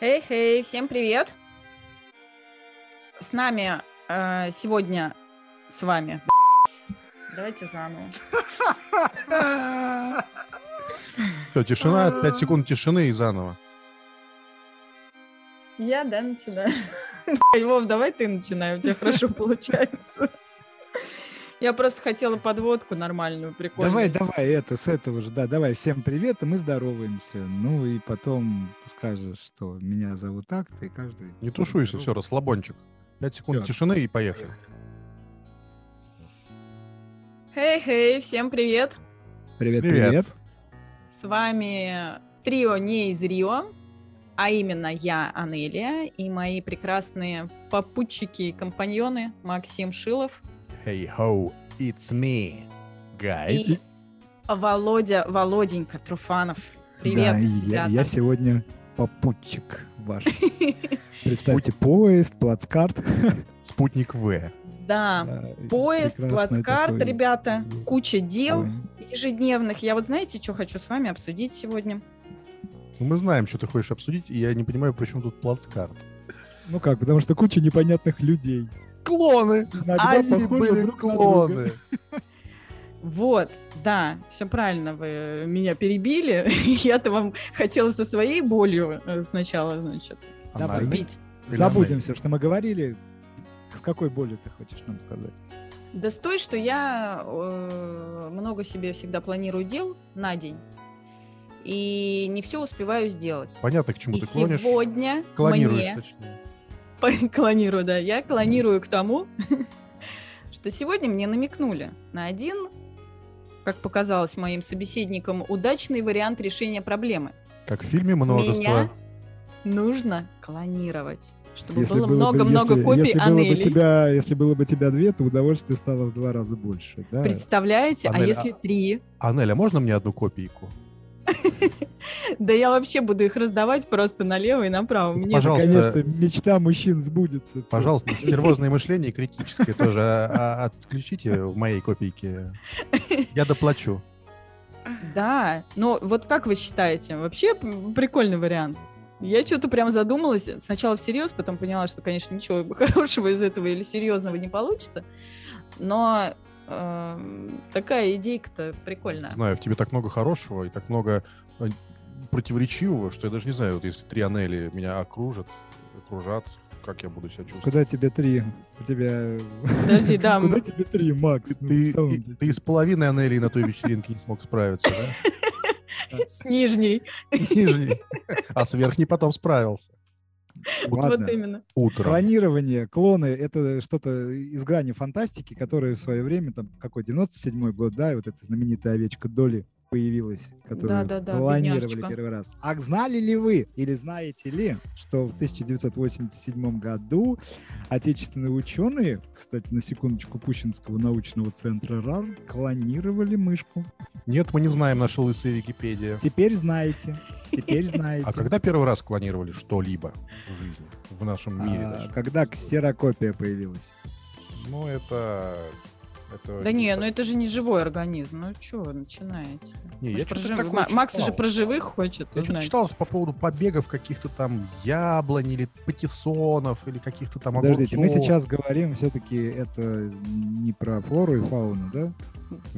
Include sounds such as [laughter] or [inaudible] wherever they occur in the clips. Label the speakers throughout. Speaker 1: Хей-хей, всем привет! С нами э, сегодня, с вами, давайте заново.
Speaker 2: Все, тишина, 5 секунд тишины и заново.
Speaker 1: Я, да, начинаю. Блядь, Вов, давай ты начинай, у тебя [laughs] хорошо получается. Я просто хотела подводку нормальную, прикольную.
Speaker 3: Давай, давай, это с этого же, да, давай, всем привет, и мы здороваемся. Ну и потом скажешь, что меня зовут так-то, и каждый...
Speaker 2: Не тушуйся, все, расслабончик. 5 секунд
Speaker 3: Всё.
Speaker 2: тишины и поехали.
Speaker 1: Хей-хей, всем привет!
Speaker 3: Привет, привет.
Speaker 1: С вами трио не из Рио, а именно я, Анелия, и мои прекрасные попутчики и компаньоны Максим Шилов
Speaker 2: Hey ho, it's
Speaker 1: и
Speaker 2: me, guys.
Speaker 1: Володя Володенька Труфанов. Привет,
Speaker 3: Да, и я,
Speaker 1: ребята.
Speaker 3: я сегодня попутчик
Speaker 1: [laughs]
Speaker 3: ваш. Представьте, поезд, плацкарт. Э,
Speaker 2: Спутник В.
Speaker 1: Да,
Speaker 3: Да, и
Speaker 1: А, поезд,
Speaker 3: прекрасный
Speaker 1: плацкарт,
Speaker 3: такой.
Speaker 1: ребята, куча дел
Speaker 3: Ой,
Speaker 1: ежедневных. Я вот знаете, что хочу с вами обсудить сегодня?
Speaker 2: Ну, Мы знаем, что ты хочешь обсудить, и я не понимаю, при чем тут плацкарт.
Speaker 3: Ну как, потому что куча непонятных людей.
Speaker 2: Клоны!
Speaker 3: Иногда
Speaker 2: А Они
Speaker 3: похожи
Speaker 2: были
Speaker 3: друг на друга.
Speaker 2: клоны!
Speaker 1: Вот, да, все правильно, вы меня перебили. [laughs] Я-то вам хотела со своей болью э, сначала, значит,
Speaker 3: Давай.
Speaker 2: Анальный?
Speaker 1: бить.
Speaker 2: Или
Speaker 3: Забудем
Speaker 2: анальный?
Speaker 3: все, что мы говорили. С какой болью ты хочешь нам сказать?
Speaker 1: Да с той, что я э, много себе всегда планирую дел на день и не все успеваю сделать.
Speaker 2: Понятно, к чему
Speaker 1: И
Speaker 2: ты клонишь.
Speaker 1: сегодня
Speaker 2: Клонируешь,
Speaker 1: мне [laughs]
Speaker 2: точнее.
Speaker 1: клонирую, да, я клонирую к тому, [laughs] что сегодня мне намекнули на один, как показалось моим собеседникам, удачный вариант решения проблемы.
Speaker 2: Как в фильме множество.
Speaker 1: Меня нужно клонировать, чтобы
Speaker 3: Если
Speaker 1: было
Speaker 3: было бы-
Speaker 1: много-много
Speaker 3: если-
Speaker 1: копий
Speaker 3: если было бы
Speaker 1: Анели.
Speaker 3: тебя, если было бы тебя две, то удовольствие стало в два раза больше, да?
Speaker 1: Представляете, а
Speaker 2: Анель,
Speaker 1: если
Speaker 2: а-
Speaker 1: три? [laughs]
Speaker 2: Анель, а можно мне одну копейку?
Speaker 1: Да я вообще буду их раздавать просто налево и направо.
Speaker 2: Ну,
Speaker 1: Мне
Speaker 2: пожалуйста.
Speaker 3: Наконец-то мечта мужчин сбудется.
Speaker 2: Пожалуйста, стервозное мышление и критическое тоже а, а, отключите в моей копейке. Я доплачу.
Speaker 1: Да, но вот как вы считаете, вообще п- прикольный вариант? Я что-то прям задумалась, сначала всерьез, потом поняла, что, конечно, ничего [laughs] хорошего из этого или серьезного не получится, но эм, такая идейка-то прикольная.
Speaker 2: Знаю, в тебе так много хорошего и так много э, противоречивого, что я даже не знаю, вот если три Анели меня окружат, окружат, как я буду себя чувствовать.
Speaker 3: Куда тебе три? У тебя...
Speaker 1: Подожди, да,
Speaker 3: [laughs] Куда
Speaker 1: м-
Speaker 3: тебе три, Макс? Ну,
Speaker 2: Ты,
Speaker 3: в самом
Speaker 2: и-
Speaker 3: деле.
Speaker 2: ты с половиной Анелии на той вечеринке не смог справиться, Ну да?
Speaker 1: [laughs] С нижней,
Speaker 2: Нижней. А с верхней потом справился.
Speaker 3: Ладно.
Speaker 1: вот именно.
Speaker 2: Утром.
Speaker 3: Клонирование, клоны — это что-то из грани фантастики, которое в свое время, там, какой, 97-й год, да, и вот эта знаменитая овечка Доли появилась, которую
Speaker 1: Да-да-да,
Speaker 3: клонировали
Speaker 1: бедняжечка.
Speaker 3: первый раз. А знали ли вы или знаете ли, что в 1987 году отечественные ученые, кстати, на секундочку, Пущинского научного центра РАР, клонировали мышку?
Speaker 2: Нет, мы не знаем наши лысые Википедия.
Speaker 3: Теперь знаете, теперь
Speaker 2: [laughs]
Speaker 3: знаете.
Speaker 2: А когда первый раз клонировали что-либо в жизни, в нашем мире
Speaker 3: А,
Speaker 2: даже?
Speaker 3: когда ксерокопия появилась?
Speaker 2: Ну, это... это
Speaker 1: Да не, ну это же не живой организм, ну чего вы начинаете?
Speaker 2: Не,
Speaker 1: Мы
Speaker 2: я
Speaker 1: ж
Speaker 2: что-то
Speaker 1: про живых.
Speaker 2: такое
Speaker 1: Ма- Макс же
Speaker 2: читал.
Speaker 1: про живых хочет,
Speaker 2: Я что-то
Speaker 1: узнать.
Speaker 2: читал по поводу побегов каких-то там яблонь или патиссонов или каких-то там
Speaker 3: Подождите, мы
Speaker 2: огурцов.
Speaker 3: сейчас говорим все-таки это не про флору и фауну, да?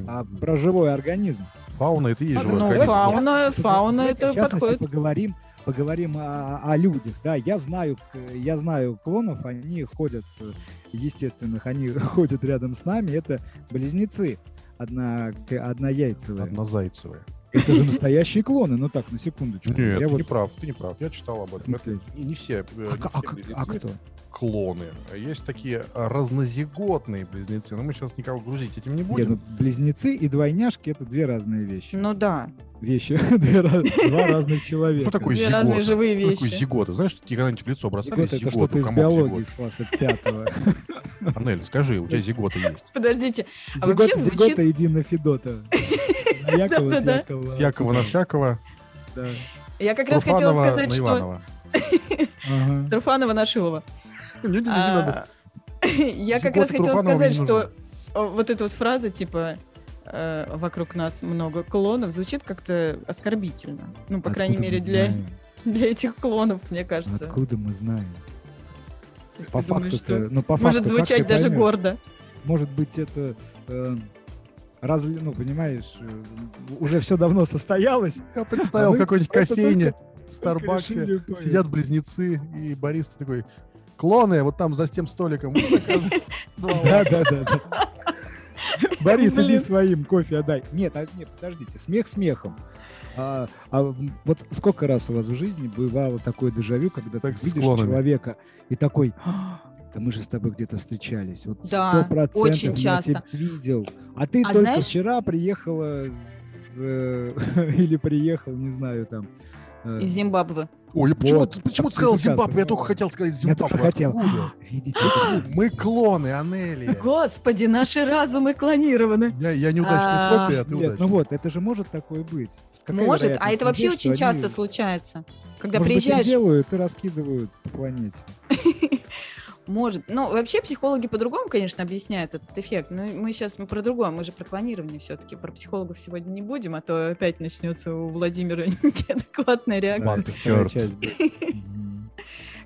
Speaker 3: А
Speaker 2: М,
Speaker 3: про живой организм.
Speaker 2: Фауна это и есть
Speaker 3: Ну,
Speaker 2: живой
Speaker 1: Ну,
Speaker 2: организм.
Speaker 1: фауна, фауна
Speaker 3: Давайте,
Speaker 1: это
Speaker 3: в частности,
Speaker 1: подходит.
Speaker 3: поговорим, поговорим о, о людях. Да, я знаю, к- я знаю клонов, они ходят э, естественных, они [laughs] ходят рядом с нами. Это близнецы одна однояйцевые.
Speaker 2: Однозайцевые.
Speaker 3: Это же настоящие клоны. Ну так, на секундочку.
Speaker 2: Нет, ты
Speaker 3: я вот
Speaker 2: не прав, ты не прав. Я читал об
Speaker 3: в
Speaker 2: этом.
Speaker 3: смысле.
Speaker 2: Это Не, не все, э,
Speaker 3: А,
Speaker 2: не
Speaker 3: к- а
Speaker 2: все
Speaker 3: к- а
Speaker 2: близнецы
Speaker 3: кто?
Speaker 2: клоны. Есть такие э, разнозиготные близнецы, но мы сейчас никого грузить этим не
Speaker 3: Нет,
Speaker 2: будем.
Speaker 3: ну, близнецы и двойняшки это две разные вещи.
Speaker 1: Ну да,
Speaker 3: Вещи [laughs] две раз- два разных человека.
Speaker 2: Что такое
Speaker 1: две
Speaker 2: зигота?
Speaker 1: разные живые
Speaker 2: Что такое
Speaker 1: вещи.
Speaker 2: зигота? Знаешь, тебе когда-нибудь в лицо бросали
Speaker 3: Зигота это
Speaker 2: зиготу?
Speaker 3: что-то из
Speaker 2: Кому
Speaker 3: биологии
Speaker 2: зигота?
Speaker 3: из класса
Speaker 2: [laughs]
Speaker 3: пятого.
Speaker 2: Анель, скажи, у тебя зигота есть?
Speaker 1: Подождите, А вообще
Speaker 3: Зигота,
Speaker 1: звучит-
Speaker 3: Зигота, иди
Speaker 1: [laughs]
Speaker 3: на Федота. На Якова, с
Speaker 1: Да-да-да.
Speaker 3: Якова.
Speaker 2: С Якова на всякого,
Speaker 3: Да.
Speaker 1: я как раз хотела
Speaker 2: Руфанова
Speaker 1: сказать,
Speaker 2: на
Speaker 1: что...
Speaker 2: Иванова.
Speaker 3: Ага.
Speaker 1: Труфанова на Шилова.
Speaker 2: Не-не-не, не
Speaker 3: Ну,
Speaker 2: надо.
Speaker 1: А, [laughs] Я как
Speaker 2: Зигота
Speaker 1: раз хотела
Speaker 2: Труфанова мне
Speaker 1: сказать,
Speaker 2: не
Speaker 1: что э, вот эта вот фраза, типа, э, вокруг нас много клонов, звучит как-то оскорбительно. Ну, по крайней
Speaker 3: Откуда
Speaker 1: мере,
Speaker 3: мы
Speaker 1: для...
Speaker 3: знаем?
Speaker 1: [laughs] для этих клонов, мне кажется.
Speaker 3: Откуда мы знаем?
Speaker 1: То есть
Speaker 3: По
Speaker 1: ты думаешь,
Speaker 3: факту,
Speaker 1: что
Speaker 3: ну, по
Speaker 1: Может
Speaker 3: факту, как
Speaker 1: звучать
Speaker 3: ты
Speaker 1: даже
Speaker 3: поймешь?
Speaker 1: гордо.
Speaker 3: Может быть, это э, разли- ну, понимаешь, э, уже все давно состоялось.
Speaker 2: Я представил
Speaker 3: А мы
Speaker 2: какой-нибудь [laughs]
Speaker 3: просто
Speaker 2: кофейне
Speaker 3: только-
Speaker 2: в
Speaker 3: только
Speaker 2: Старбаксе,
Speaker 3: решили поверить.
Speaker 2: сидят близнецы, и бариста такой, клоны, вот там за тем столиком. вот [laughs] заказывай».
Speaker 3: Да, да, да. да.
Speaker 1: [laughs]
Speaker 3: Борис, иди
Speaker 1: Блин.
Speaker 3: своим кофе отдай. Нет, а- нет, подождите, смех смехом. А, а вот сколько раз у вас в жизни бывало такое дежавю, когда
Speaker 2: Так с
Speaker 3: ты видишь
Speaker 2: клонами.
Speaker 3: человека и такой, «А, да мы же с тобой где-то встречались. Вот
Speaker 1: Да,
Speaker 3: сто процентов
Speaker 1: очень
Speaker 3: я
Speaker 1: часто.
Speaker 3: тебя видел. А ты
Speaker 1: А
Speaker 3: только
Speaker 1: знаешь-
Speaker 3: вчера приехала с, э, [laughs] или приехал, не знаю, там. э,
Speaker 1: Из Зимбабве.
Speaker 2: Ой, почему
Speaker 3: Вот.
Speaker 2: ты почему ты сказал
Speaker 3: Прекрасно.
Speaker 2: Зимбабве? Я только хотел сказать
Speaker 3: Я тоже
Speaker 2: Зимбабве.
Speaker 3: хотел. «А,
Speaker 2: Откуда?
Speaker 3: Видите,
Speaker 2: Мы клоны, Анелия.
Speaker 1: Господи, наши разумы клонированы.
Speaker 2: Я, я неудачный
Speaker 1: А,
Speaker 2: копия, а ты
Speaker 3: Нет,
Speaker 2: удачный.
Speaker 3: ну вот, это же может такое быть. Какая
Speaker 1: Может, а
Speaker 3: вероятность
Speaker 1: это вообще
Speaker 3: людей, что
Speaker 1: очень часто
Speaker 3: они-
Speaker 1: случается. Когда
Speaker 3: Может быть, их
Speaker 1: приезжаешь,
Speaker 3: делают и раскидывают по планете.
Speaker 1: может. Ну, вообще психологи по-другому, конечно, объясняют этот эффект. Но мы сейчас мы про другое, мы же про клонирование все-таки. Про психологов сегодня не будем, а то опять начнется у Владимира [laughs] неадекватная реакция.
Speaker 2: What
Speaker 3: Да,
Speaker 2: the
Speaker 3: вторая
Speaker 2: hurt?
Speaker 3: часть будет.
Speaker 1: [laughs]
Speaker 3: Мгм.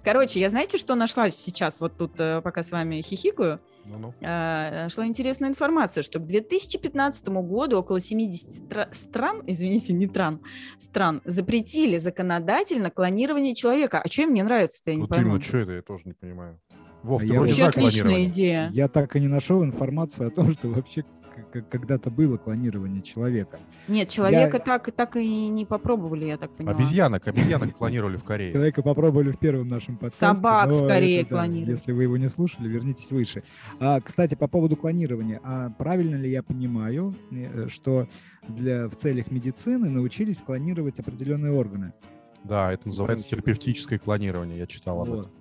Speaker 1: Короче, я знаете, что нашла сейчас? Вот тут э, пока с вами хихикаю.
Speaker 2: Ну-ну.
Speaker 1: э, нашла интересную информацию, что к 2015 году около 70 тра- стран, извините, не тран, стран, запретили законодательно клонирование человека. А что им не нравится-то, я не
Speaker 2: Вот
Speaker 1: пойму.
Speaker 2: именно, что это, я тоже не понимаю. Вов,
Speaker 3: А
Speaker 2: ты
Speaker 3: я
Speaker 2: вроде
Speaker 1: Вообще
Speaker 3: вот-
Speaker 2: за
Speaker 1: отличная
Speaker 2: клонирование.
Speaker 1: идея.
Speaker 3: Я так и не нашел информацию о том, что вообще к- к- когда-то было клонирование человека.
Speaker 1: Нет, человека так, так и не попробовали, я так понимаю.
Speaker 2: Обезьянок, обезьянок клонировали в Корее.
Speaker 3: Человека попробовали в первом нашем подкасте.
Speaker 1: Собак
Speaker 3: но
Speaker 1: в Корее
Speaker 3: это да,
Speaker 1: клонировали.
Speaker 3: Если вы его не слушали, вернитесь выше. А, кстати, по поводу клонирования. А правильно ли я понимаю, э, что для, в целях медицины научились клонировать определенные органы?
Speaker 2: Да, это называется терапевтическое клонирование, я читал об этом.
Speaker 3: Вот.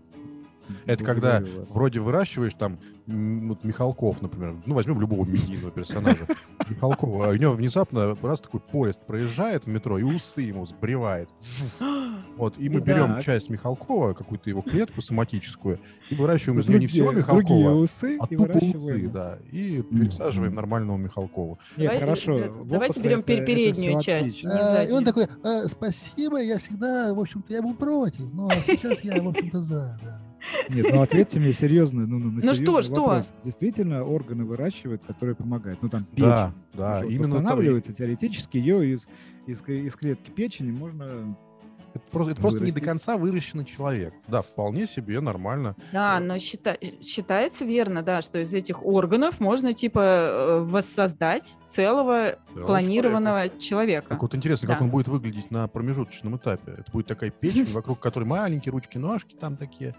Speaker 2: Это когда
Speaker 3: Благодарю вас.
Speaker 2: Вроде выращиваешь там м, вот Михалков, например. Ну, возьмем любого медийного персонажа. [laughs] Михалкова. А у него внезапно раз такой поезд проезжает в метро, и усы ему сбривает. Вот, и мы
Speaker 3: Ну
Speaker 1: Да.
Speaker 2: берем часть Михалкова, какую-то его клетку соматическую, и выращиваем из нее не
Speaker 3: Ну, Другие-
Speaker 2: всего
Speaker 3: Другие
Speaker 2: Михалкова,
Speaker 3: усы
Speaker 2: а
Speaker 3: и
Speaker 2: тупо усы,
Speaker 3: выращиваем.
Speaker 2: да. И пересаживаем нормального Михалкова.
Speaker 3: Нет,
Speaker 1: Давай-
Speaker 3: хорошо.
Speaker 1: э,
Speaker 3: волосы
Speaker 1: давайте берем
Speaker 3: это- это
Speaker 1: переднюю
Speaker 3: всё
Speaker 1: часть.
Speaker 3: отлично.
Speaker 1: Не
Speaker 4: А, И
Speaker 1: заднюю.
Speaker 4: он такой, «А, спасибо, я всегда, в общем-то, я был против, но сейчас я, в общем-то, за. да».
Speaker 3: Нет, ну ответьте мне серьезно. Ну, ну, на
Speaker 1: Ну что,
Speaker 3: серьезный
Speaker 1: что?
Speaker 3: вопрос. Действительно, органы выращивают, которые помогают. Ну там печень.
Speaker 2: Да,
Speaker 3: Потому
Speaker 2: да,
Speaker 3: что вот
Speaker 2: именно то.
Speaker 3: восстанавливается теоретически ее из, из, из клетки печени можно...
Speaker 2: Это просто, это просто не до
Speaker 3: Вырастить.
Speaker 2: конца выращенный человек. Да, вполне себе нормально.
Speaker 1: [gasps] Да, но счита- считается верно, да, что из этих органов можно типа э, воссоздать целого
Speaker 2: Да,
Speaker 1: клонированного человека.
Speaker 2: Так вот интересно, как
Speaker 1: Да.
Speaker 2: он будет выглядеть на промежуточном этапе. Это будет такая печень, вокруг которой маленькие ручки-ножки там такие.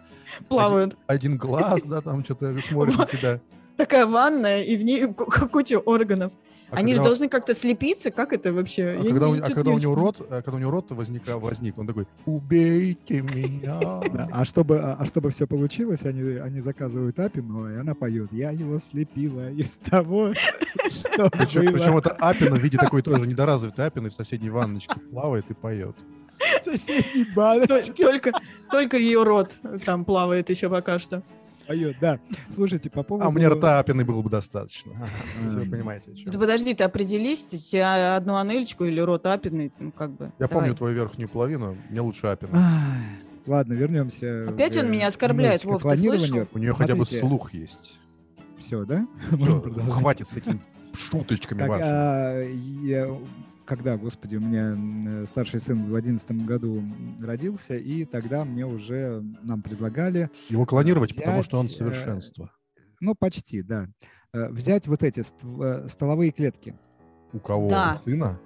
Speaker 1: Плавают. [laughs]
Speaker 2: Один глаз, да, там что-то смотрит на тебя.
Speaker 1: Такая ванная, и в ней [laughs] ку- ку- куча органов.
Speaker 2: А
Speaker 1: Они же
Speaker 2: когда-
Speaker 1: должны как-то слепиться, как это вообще?
Speaker 2: а
Speaker 1: Я
Speaker 2: когда,
Speaker 1: не-
Speaker 2: у, а
Speaker 1: чё-то
Speaker 2: когда
Speaker 1: не
Speaker 2: у него
Speaker 1: очень
Speaker 2: рот, а когда у него рот возник, возник, он такой, убейте меня.
Speaker 3: Да, А чтобы, а а чтобы все получилось, они, они заказывают Апину, и она поет. Я его слепила из того, [laughs] что
Speaker 2: Причем, причем
Speaker 3: было
Speaker 2: это апина в виде такой тоже недоразвитой апины в соседней ванночке плавает и поет.
Speaker 3: в соседней
Speaker 1: То-
Speaker 3: баночке.
Speaker 1: Только, только ее рот там плавает еще пока что.
Speaker 3: Поет, да. Слушайте, по поводу...
Speaker 2: А мне рта апины было бы достаточно.
Speaker 3: Ага.
Speaker 2: Вы понимаете, о
Speaker 1: Ну,
Speaker 2: чем.
Speaker 1: ты подожди, ты определись, у тебя одну анельчику или рот апидный, ну как бы.
Speaker 2: Я
Speaker 1: Давай.
Speaker 2: помню твою верхнюю половину, мне лучше апина.
Speaker 3: Ах, Ладно, вернемся. э,
Speaker 1: Опять он меня оскорбляет, Вов, ты слышал?
Speaker 2: У нее хотя бы слух есть.
Speaker 3: Все, да?
Speaker 2: Всё,
Speaker 3: Можно продолжать?
Speaker 2: Ну, Хватит с этими шуточками
Speaker 3: Так,
Speaker 2: вашими.
Speaker 3: а, я- когда, господи, у меня м, старший сын в одиннадцатом году м, родился, и тогда мне уже нам предлагали,
Speaker 2: Его клонировать, потому что он
Speaker 3: взять, э,
Speaker 2: совершенство.
Speaker 3: ну почти, да, э, взять вот эти ст- э, столовые клетки.
Speaker 2: У кого?
Speaker 1: Да.
Speaker 2: У сына?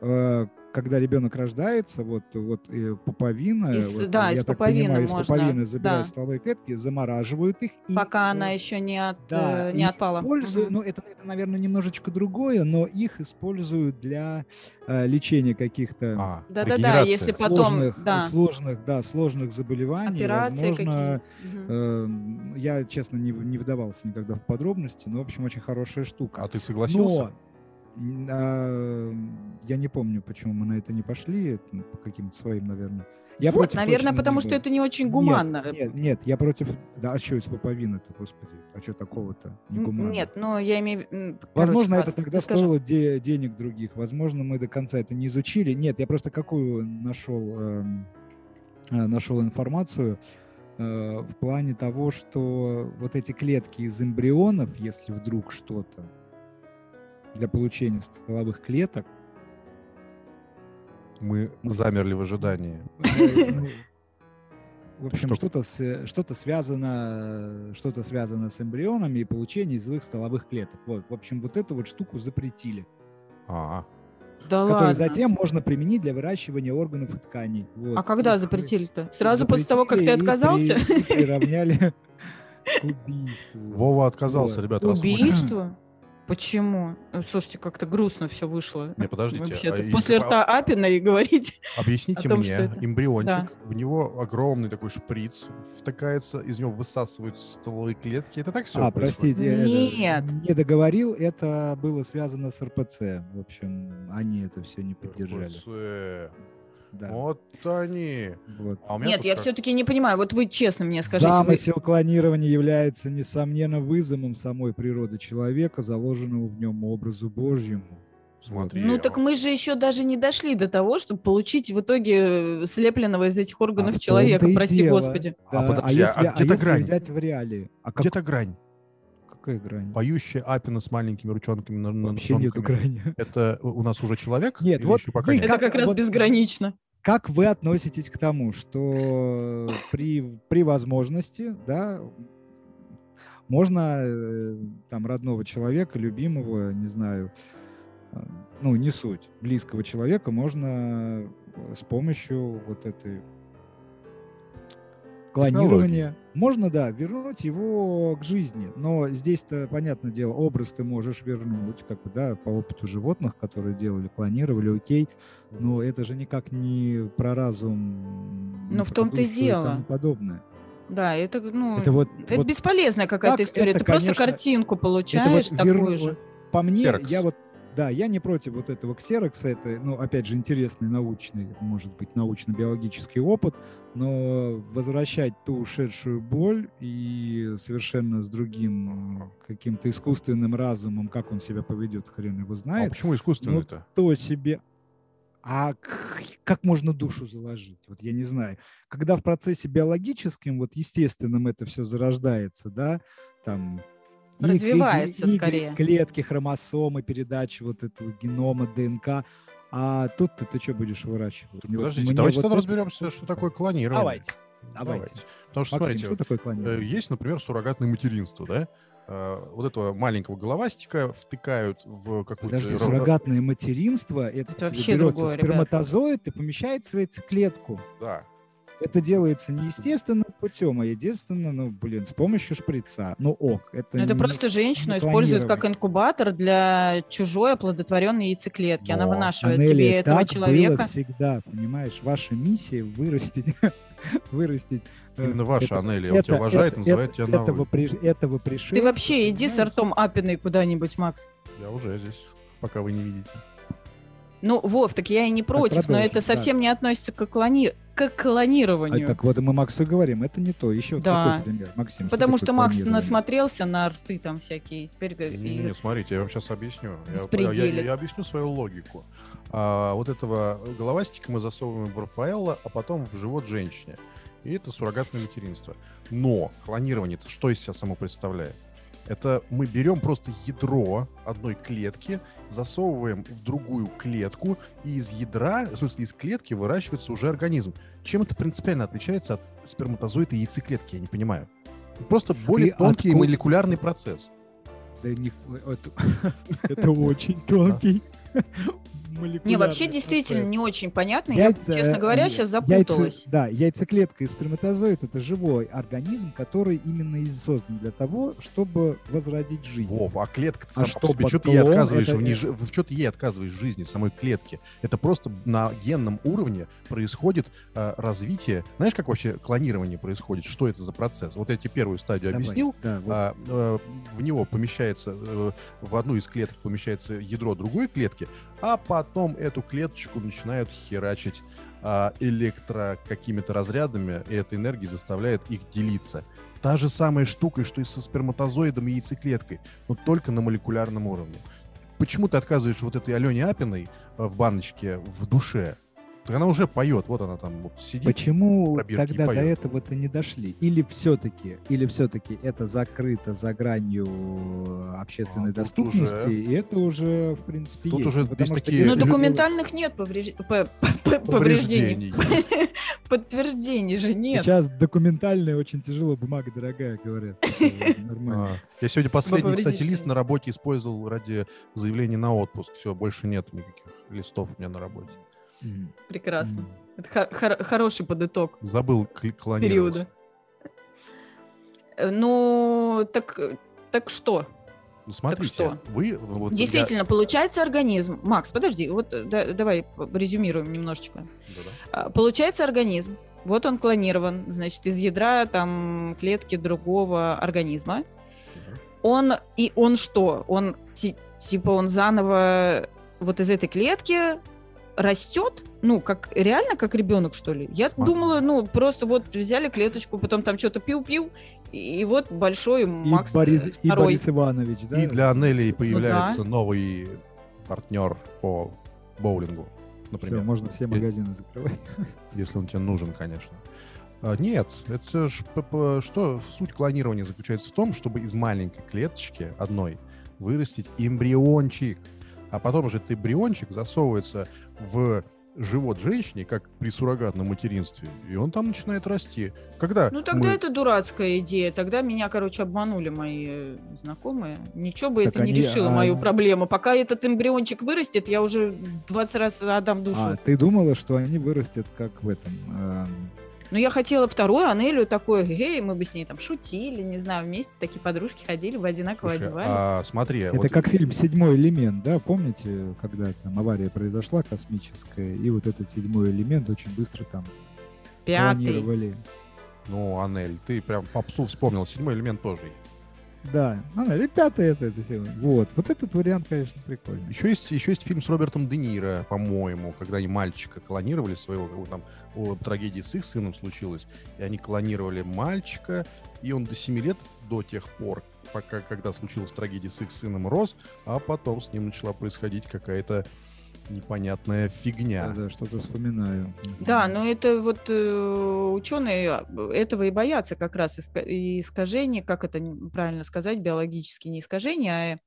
Speaker 3: Э, Когда ребенок рождается, вот, вот э, пуповина,
Speaker 1: Из-
Speaker 3: вот,
Speaker 1: да, из
Speaker 3: я так
Speaker 1: пуповины
Speaker 3: понимаю, из
Speaker 1: можно,
Speaker 3: пуповины забирают
Speaker 1: да.
Speaker 3: столовые клетки, замораживают их. И,
Speaker 1: Пока она
Speaker 3: э,
Speaker 1: еще не, от,
Speaker 3: Да,
Speaker 1: э, не
Speaker 3: их
Speaker 1: отпала.
Speaker 3: используют- ну, это, наверное, немножечко другое, но их используют для э, лечения каких-то
Speaker 2: А,
Speaker 1: Да-да-да,
Speaker 2: регенерация.
Speaker 1: если потом,
Speaker 3: сложных,
Speaker 1: да.
Speaker 3: сложных, да, сложных заболеваний.
Speaker 1: Операции
Speaker 3: возможно,
Speaker 1: какие
Speaker 3: эм, я, честно, не, в- не вдавался никогда в подробности, но, в общем, очень хорошая штука.
Speaker 2: А ты согласился?
Speaker 3: Но м, а, я не помню, почему мы на это не пошли, это, ну, по каким-то своим, наверное. Я
Speaker 1: вот,
Speaker 3: против
Speaker 1: наверное,
Speaker 3: точно не
Speaker 1: потому что
Speaker 3: был.
Speaker 1: это не очень
Speaker 3: Нет,
Speaker 1: гуманно.
Speaker 3: Нет, нет, я против... Да, а что из пуповины-то, господи? А что такого-то? Не гуманно.
Speaker 1: М, Нет, но я имею в виду... м, короче,
Speaker 3: Возможно, это
Speaker 1: ладно,
Speaker 3: тогда
Speaker 1: ты скажи.
Speaker 3: стоило де- денег других. Возможно, мы до конца это не изучили. Нет, я просто какую нашел эм, э, нашел информацию э, в плане того, что вот эти клетки из эмбрионов, если вдруг что-то для получения стволовых клеток,
Speaker 2: Мы замерли в ожидании.
Speaker 1: [laughs]
Speaker 3: Ну, В общем,
Speaker 2: что-
Speaker 3: что-то с- что-то связано, что-то связано с эмбрионами и получение из их стволовых клеток. Вот, в общем, вот эту вот штуку запретили,
Speaker 2: А,
Speaker 1: Да
Speaker 3: которую
Speaker 1: ладно.
Speaker 3: затем можно применить для выращивания органов и тканей. Вот.
Speaker 1: А когда
Speaker 3: И-
Speaker 1: запретили-то? Сразу после
Speaker 3: запретили
Speaker 1: того, как ты
Speaker 3: и
Speaker 1: отказался? [laughs]
Speaker 3: при- и приравняли к убийству.
Speaker 2: Вова отказался,
Speaker 3: Вот.
Speaker 2: ребята. раз мы-
Speaker 1: Убийство? Почему? Ну, Слушайте, как-то грустно все вышло.
Speaker 2: [laughs] Не, подождите.
Speaker 1: Вообще-то.
Speaker 2: а и-
Speaker 1: После
Speaker 2: а-
Speaker 1: рта Апина и говорить. о
Speaker 2: Объясните
Speaker 1: том,
Speaker 2: мне,
Speaker 1: что это.
Speaker 2: эмбриончик, в него огромный такой шприц втыкается, из него высасываются стволовые клетки. Это так все?
Speaker 3: А, простите, я это
Speaker 1: Нет.
Speaker 3: не договорил, это было связано с РПЦ. В общем, они это все не поддержали. Да,
Speaker 2: Вот они.
Speaker 3: вот.
Speaker 2: А у меня
Speaker 1: Нет,
Speaker 2: тут
Speaker 1: я
Speaker 2: как?
Speaker 1: все-таки не понимаю. Вот вы честно мне скажите. вы-
Speaker 3: Замысел клонирования является, несомненно, вызовом самой природы человека, заложенного в нем образу Божьему.
Speaker 2: Смотри.
Speaker 1: Ну так
Speaker 2: а.
Speaker 1: мы же еще даже не дошли до того, чтобы получить в человеке э, слепленного из этих органов
Speaker 3: А в том-то
Speaker 1: человека,
Speaker 3: и
Speaker 1: прости
Speaker 3: дело.
Speaker 1: господи.
Speaker 2: А подожди, а
Speaker 3: если,
Speaker 2: где та
Speaker 3: если
Speaker 2: грань?
Speaker 3: взять в реале? А как-
Speaker 2: Где-то грань.
Speaker 3: какая грань?
Speaker 2: Поющая Апина с маленькими ручонками на- на
Speaker 3: Вообще нету
Speaker 2: ножонками.
Speaker 3: грани.
Speaker 2: Это у нас уже человек?
Speaker 3: Нет,
Speaker 2: Или
Speaker 3: вот
Speaker 2: еще пока
Speaker 3: вы-
Speaker 2: нет? А
Speaker 1: Это
Speaker 3: Как-
Speaker 1: как раз
Speaker 3: вот-
Speaker 1: безгранично.
Speaker 3: Как вы относитесь к тому, что при, при возможности, да, можно э, там родного человека, любимого, не знаю, э, ну, не суть, близкого человека можно э, с помощью вот этой клонирования, можно, да, вернуть его к жизни. Но здесь-то, понятное дело, образ ты можешь вернуть, как бы, да, по опыту животных, которые делали, клонировали, окей, но это же никак не про разум, не
Speaker 1: Ну, в
Speaker 3: про
Speaker 1: том-то и
Speaker 3: душу и тому
Speaker 1: дело.
Speaker 3: подобное.
Speaker 1: Да, это, ну,
Speaker 3: Это вот,
Speaker 1: это
Speaker 3: вот
Speaker 1: бесполезная какая-то
Speaker 3: так
Speaker 1: история.
Speaker 3: это,
Speaker 1: Ты просто
Speaker 3: конечно,
Speaker 1: картинку
Speaker 3: Это вот
Speaker 1: получаешь
Speaker 3: верну-
Speaker 1: такую же.
Speaker 3: По мне,
Speaker 2: Ксерокс.
Speaker 3: я вот, да, я не против вот этого ксерокса. Это, ну, опять же, интересный научный, может быть, научно-биологический опыт, но возвращать ту ушедшую боль и совершенно с другим э, каким-то искусственным разумом, как он себя поведет, хрен его
Speaker 2: А
Speaker 3: знает,
Speaker 2: почему искусственный-то?
Speaker 3: то себе... А к- как можно душу заложить? Вот я не знаю. Когда в процессе биологическом, вот естественном это все зарождается, да, там... и- и- и-
Speaker 1: Развивается
Speaker 3: и-
Speaker 1: скорее.
Speaker 3: Клетки, хромосомы, передача вот этого генома, ДНК. А тут ты, ты что будешь выращивать?
Speaker 2: Так
Speaker 3: Мне вот-
Speaker 2: Подождите,
Speaker 3: мне
Speaker 2: давайте
Speaker 3: вот
Speaker 2: тогда
Speaker 3: это-
Speaker 2: разберемся, что такое клонирование.
Speaker 3: Давайте. Давайте.
Speaker 2: Потому что,
Speaker 3: Максим,
Speaker 2: смотрите,
Speaker 3: что такое
Speaker 2: Э,
Speaker 3: клонирование?
Speaker 2: Есть, например, суррогатное материнство, да? Э, Вот этого маленького головастика втыкают в какую-то...
Speaker 3: Подожди,
Speaker 2: ра-
Speaker 3: суррогатное материнство, это, тебе
Speaker 1: вообще
Speaker 3: берется
Speaker 1: другое, ребят.
Speaker 3: сперматозоид и помещается в яйцеклетку.
Speaker 2: Да.
Speaker 3: Это делается неестественным путем, а единственно, ну, блин, с помощью шприца. Ну ок, это
Speaker 1: Ну, это
Speaker 3: не-
Speaker 1: просто женщину
Speaker 3: не
Speaker 1: используют как
Speaker 3: клонирование.
Speaker 1: инкубатор для чужой оплодотворенной яйцеклетки. Она
Speaker 2: Во.
Speaker 1: вынашивает
Speaker 3: Анели,
Speaker 1: тебе этого
Speaker 3: так
Speaker 1: человека.
Speaker 3: было всегда, понимаешь? Ваша миссия вырастить, [laughs] вырастить. э,
Speaker 2: Именно ваша,
Speaker 3: это-
Speaker 2: Анелия, он тебя
Speaker 3: это-
Speaker 2: уважает
Speaker 3: это-
Speaker 2: и называет тебя на
Speaker 3: этого,
Speaker 2: «вы».
Speaker 3: при- этого
Speaker 1: Ты
Speaker 3: пришельца,
Speaker 1: вообще иди с
Speaker 3: понимаешь?
Speaker 1: ртом Апиной куда-нибудь, Макс.
Speaker 2: Я уже здесь, пока вы не видите.
Speaker 1: Ну, Вов, так я и не против, но это
Speaker 3: продолжим,
Speaker 1: совсем не относится к, клони... к клонированию.
Speaker 3: А, так вот и мы Максу и говорим, это не то. Еще
Speaker 1: Да.
Speaker 3: какой пример, Максим?
Speaker 1: Потому что,
Speaker 3: такое
Speaker 1: Макс
Speaker 3: клонирование?
Speaker 1: насмотрелся на рты там всякие, и теперь говорит,
Speaker 2: Э, Не, не, смотрите, я вам сейчас объясню. Я- Я, я-
Speaker 1: Беспределит.
Speaker 2: я объясню свою логику. А, вот этого головастика мы засовываем в Рафаэла, а потом в живот женщине. И это суррогатное материнство. Но клонирование это что из себя само представляет? Это мы берем просто ядро одной клетки, засовываем в другую клетку, и из ядра, в смысле из клетки, выращивается уже организм. Чем это принципиально отличается от сперматозоида и яйцеклетки, я не понимаю. Просто более
Speaker 3: И
Speaker 2: тонкий
Speaker 3: откуда-
Speaker 2: молекулярный процесс.
Speaker 3: Да не- это- [laughs] Это очень тонкий [laughs]
Speaker 1: Не, вообще
Speaker 3: молекулярный
Speaker 1: действительно
Speaker 3: процесс.
Speaker 1: не очень понятно.
Speaker 3: Яйца,
Speaker 1: я, честно говоря,
Speaker 3: э,
Speaker 1: сейчас
Speaker 3: яйца-
Speaker 1: запуталась.
Speaker 3: да, яйцеклетка и сперматозоид это живой организм, который именно и создан для того, чтобы возродить жизнь.
Speaker 2: Вов, а клетка
Speaker 3: А
Speaker 2: сама
Speaker 3: что,
Speaker 2: по себе,
Speaker 3: под
Speaker 2: что ты ей
Speaker 3: клон
Speaker 2: отказываешь,
Speaker 3: это- э,
Speaker 2: в, неж- в- чё ты ей отказываешь в жизни самой клетки? Это просто на генном уровне происходит э, развитие. Знаешь, как вообще клонирование происходит? Что это за процесс? Вот я тебе первую стадию
Speaker 3: Давай.
Speaker 2: объяснил.
Speaker 3: Да, вот.
Speaker 2: А, э, в него помещается, э, в одну из клеток помещается ядро другой клетки, а потом эту клеточку начинают херачить а, электро какими-то разрядами, и эта энергия заставляет их делиться. Та же самая штука, что и со сперматозоидом и яйцеклеткой, но только на молекулярном уровне. Почему ты отказываешь вот этой Алене Апиной э, в баночке в душе? Так она уже поет, вот она там вот сидит.
Speaker 3: Почему
Speaker 2: пробирки
Speaker 3: тогда до
Speaker 2: поет.
Speaker 3: этого-то не дошли? Или все-таки, или все-таки это закрыто за гранью э, общественной
Speaker 2: А, тут
Speaker 3: доступности,
Speaker 2: уже-
Speaker 3: и это уже, в принципе,
Speaker 2: Тут
Speaker 3: есть.
Speaker 2: уже
Speaker 3: Потому
Speaker 2: есть
Speaker 3: что
Speaker 2: такие-
Speaker 3: если
Speaker 1: Но
Speaker 2: Э,
Speaker 3: сделать-
Speaker 1: документальных нет повреж- по- по- повреждений. Подтверждений же нет.
Speaker 3: Сейчас документальная очень тяжело, бумага дорогая, говорят.
Speaker 1: [laughs]
Speaker 3: Это Нормально.
Speaker 2: А, Я сегодня последний, кстати,
Speaker 1: повредительные.
Speaker 2: лист на работе использовал ради заявления на отпуск. Все, больше нет никаких листов у меня на работе.
Speaker 3: М.
Speaker 1: Прекрасно. Это хо- хор- хороший подыток
Speaker 2: Забыл кл- клонироваться.
Speaker 1: периода. Э, Ну, так, э, так что?
Speaker 2: Ну, смотрите,
Speaker 1: что?
Speaker 2: вы вот я-
Speaker 1: Действительно, получается организм. Макс, подожди, вот э, да- давай э, резюмируем немножечко.
Speaker 2: Да-да.
Speaker 1: А, Получается организм. Вот он клонирован, значит, из ядра там клетки другого организма.
Speaker 2: Мгм.
Speaker 1: Он и он что? Он ти- типа он заново вот из этой клетки растет? Ну, как реально как ребенок, что ли? Я
Speaker 2: Смотри.
Speaker 1: думала, ну, просто вот взяли клеточку, потом там что-то пил-пил, и, и вот большой
Speaker 3: И
Speaker 1: Макс
Speaker 3: Борис-
Speaker 1: э,
Speaker 3: И
Speaker 1: второй.
Speaker 3: Борис Иванович, да?
Speaker 2: И для Анелии появляется
Speaker 1: Ну да.
Speaker 2: новый партнер по боулингу, например.
Speaker 3: Все, можно все
Speaker 2: Э,
Speaker 1: [laughs]
Speaker 3: магазины закрывать.
Speaker 2: Если он тебе нужен, конечно. А, Нет, это ж п- п- что суть клонирования заключается в том, чтобы из маленькой клеточки одной вырастить эмбриончик, а потом уже этот эмбриончик засовывается в живот женщине, как при суррогатном материнстве, и он там начинает расти. Когда
Speaker 1: Ну тогда
Speaker 2: мы-
Speaker 1: это дурацкая идея. Тогда меня, короче, обманули мои э, знакомые. Ничего бы
Speaker 3: Так
Speaker 1: это не
Speaker 3: они,
Speaker 1: решило
Speaker 3: а,
Speaker 1: мою
Speaker 3: ну-
Speaker 1: проблему. Пока этот эмбриончик вырастет, я уже 20 раз отдам душу.
Speaker 3: А, ты думала, что они вырастет как в этом... эм,
Speaker 1: Но я хотела вторую Анелю такой, гей, мы бы с ней там шутили, не знаю, вместе такие подружки ходили бы одинаково
Speaker 2: Слушай,
Speaker 1: одевались.
Speaker 2: а, смотри,
Speaker 3: Это
Speaker 2: вот-
Speaker 3: как фильм «Седьмой элемент», да? Помните, когда там авария произошла космическая, и вот этот седьмой элемент очень быстро там
Speaker 1: Пятый.
Speaker 3: планировали.
Speaker 2: ну, Анель, ты прям попсу вспомнил, седьмой элемент тоже есть.
Speaker 3: Да, а, или пятый это, это сегодня. Вот, вот этот вариант, конечно, прикольный.
Speaker 2: Еще есть, еще есть фильм с Робертом Де Ниро, по-моему, когда они мальчика клонировали своего, у- там о, трагедия с их сыном случилась, и они клонировали мальчика, и он до 7 лет, до тех пор, пока, когда случилась трагедия с их сыном, рос, а потом с ним начала происходить какая-то непонятная
Speaker 3: Да,
Speaker 2: фигня.
Speaker 3: да, что-то вспоминаю.
Speaker 1: Да, но это вот э, ученые этого и боятся как раз иска- и искажение, как это н- правильно сказать, биологические не искажения, а э,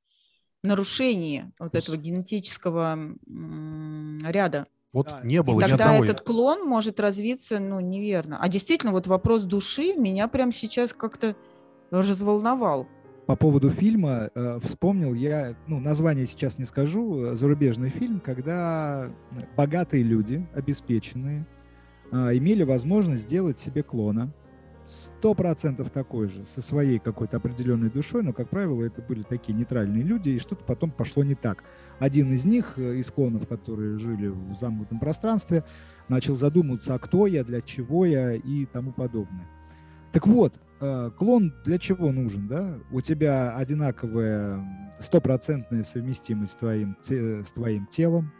Speaker 1: нарушение вот
Speaker 2: То есть-
Speaker 1: этого генетического м, ряда.
Speaker 2: Вот
Speaker 3: Да,
Speaker 2: не было ни
Speaker 1: Тогда
Speaker 2: одного...
Speaker 1: этот клон может развиться, ну, неверно. А действительно, вот вопрос души меня прям сейчас как-то разволновал.
Speaker 3: По поводу фильма э, вспомнил я, ну, название сейчас не скажу, э, зарубежный фильм, когда э, богатые люди, обеспеченные, а, имели возможность сделать себе клона, сто процентов такой же, со своей какой-то определенной душой, но, как правило, это были такие нейтральные люди, и что-то потом пошло не так. Один из них, э, из клонов, которые жили в замкнутом пространстве, начал задумываться, а кто я, для чего я и тому подобное. Так вот, э, клон для чего нужен, да? У тебя одинаковая м, стопроцентная совместимость с твоим, те- с твоим телом,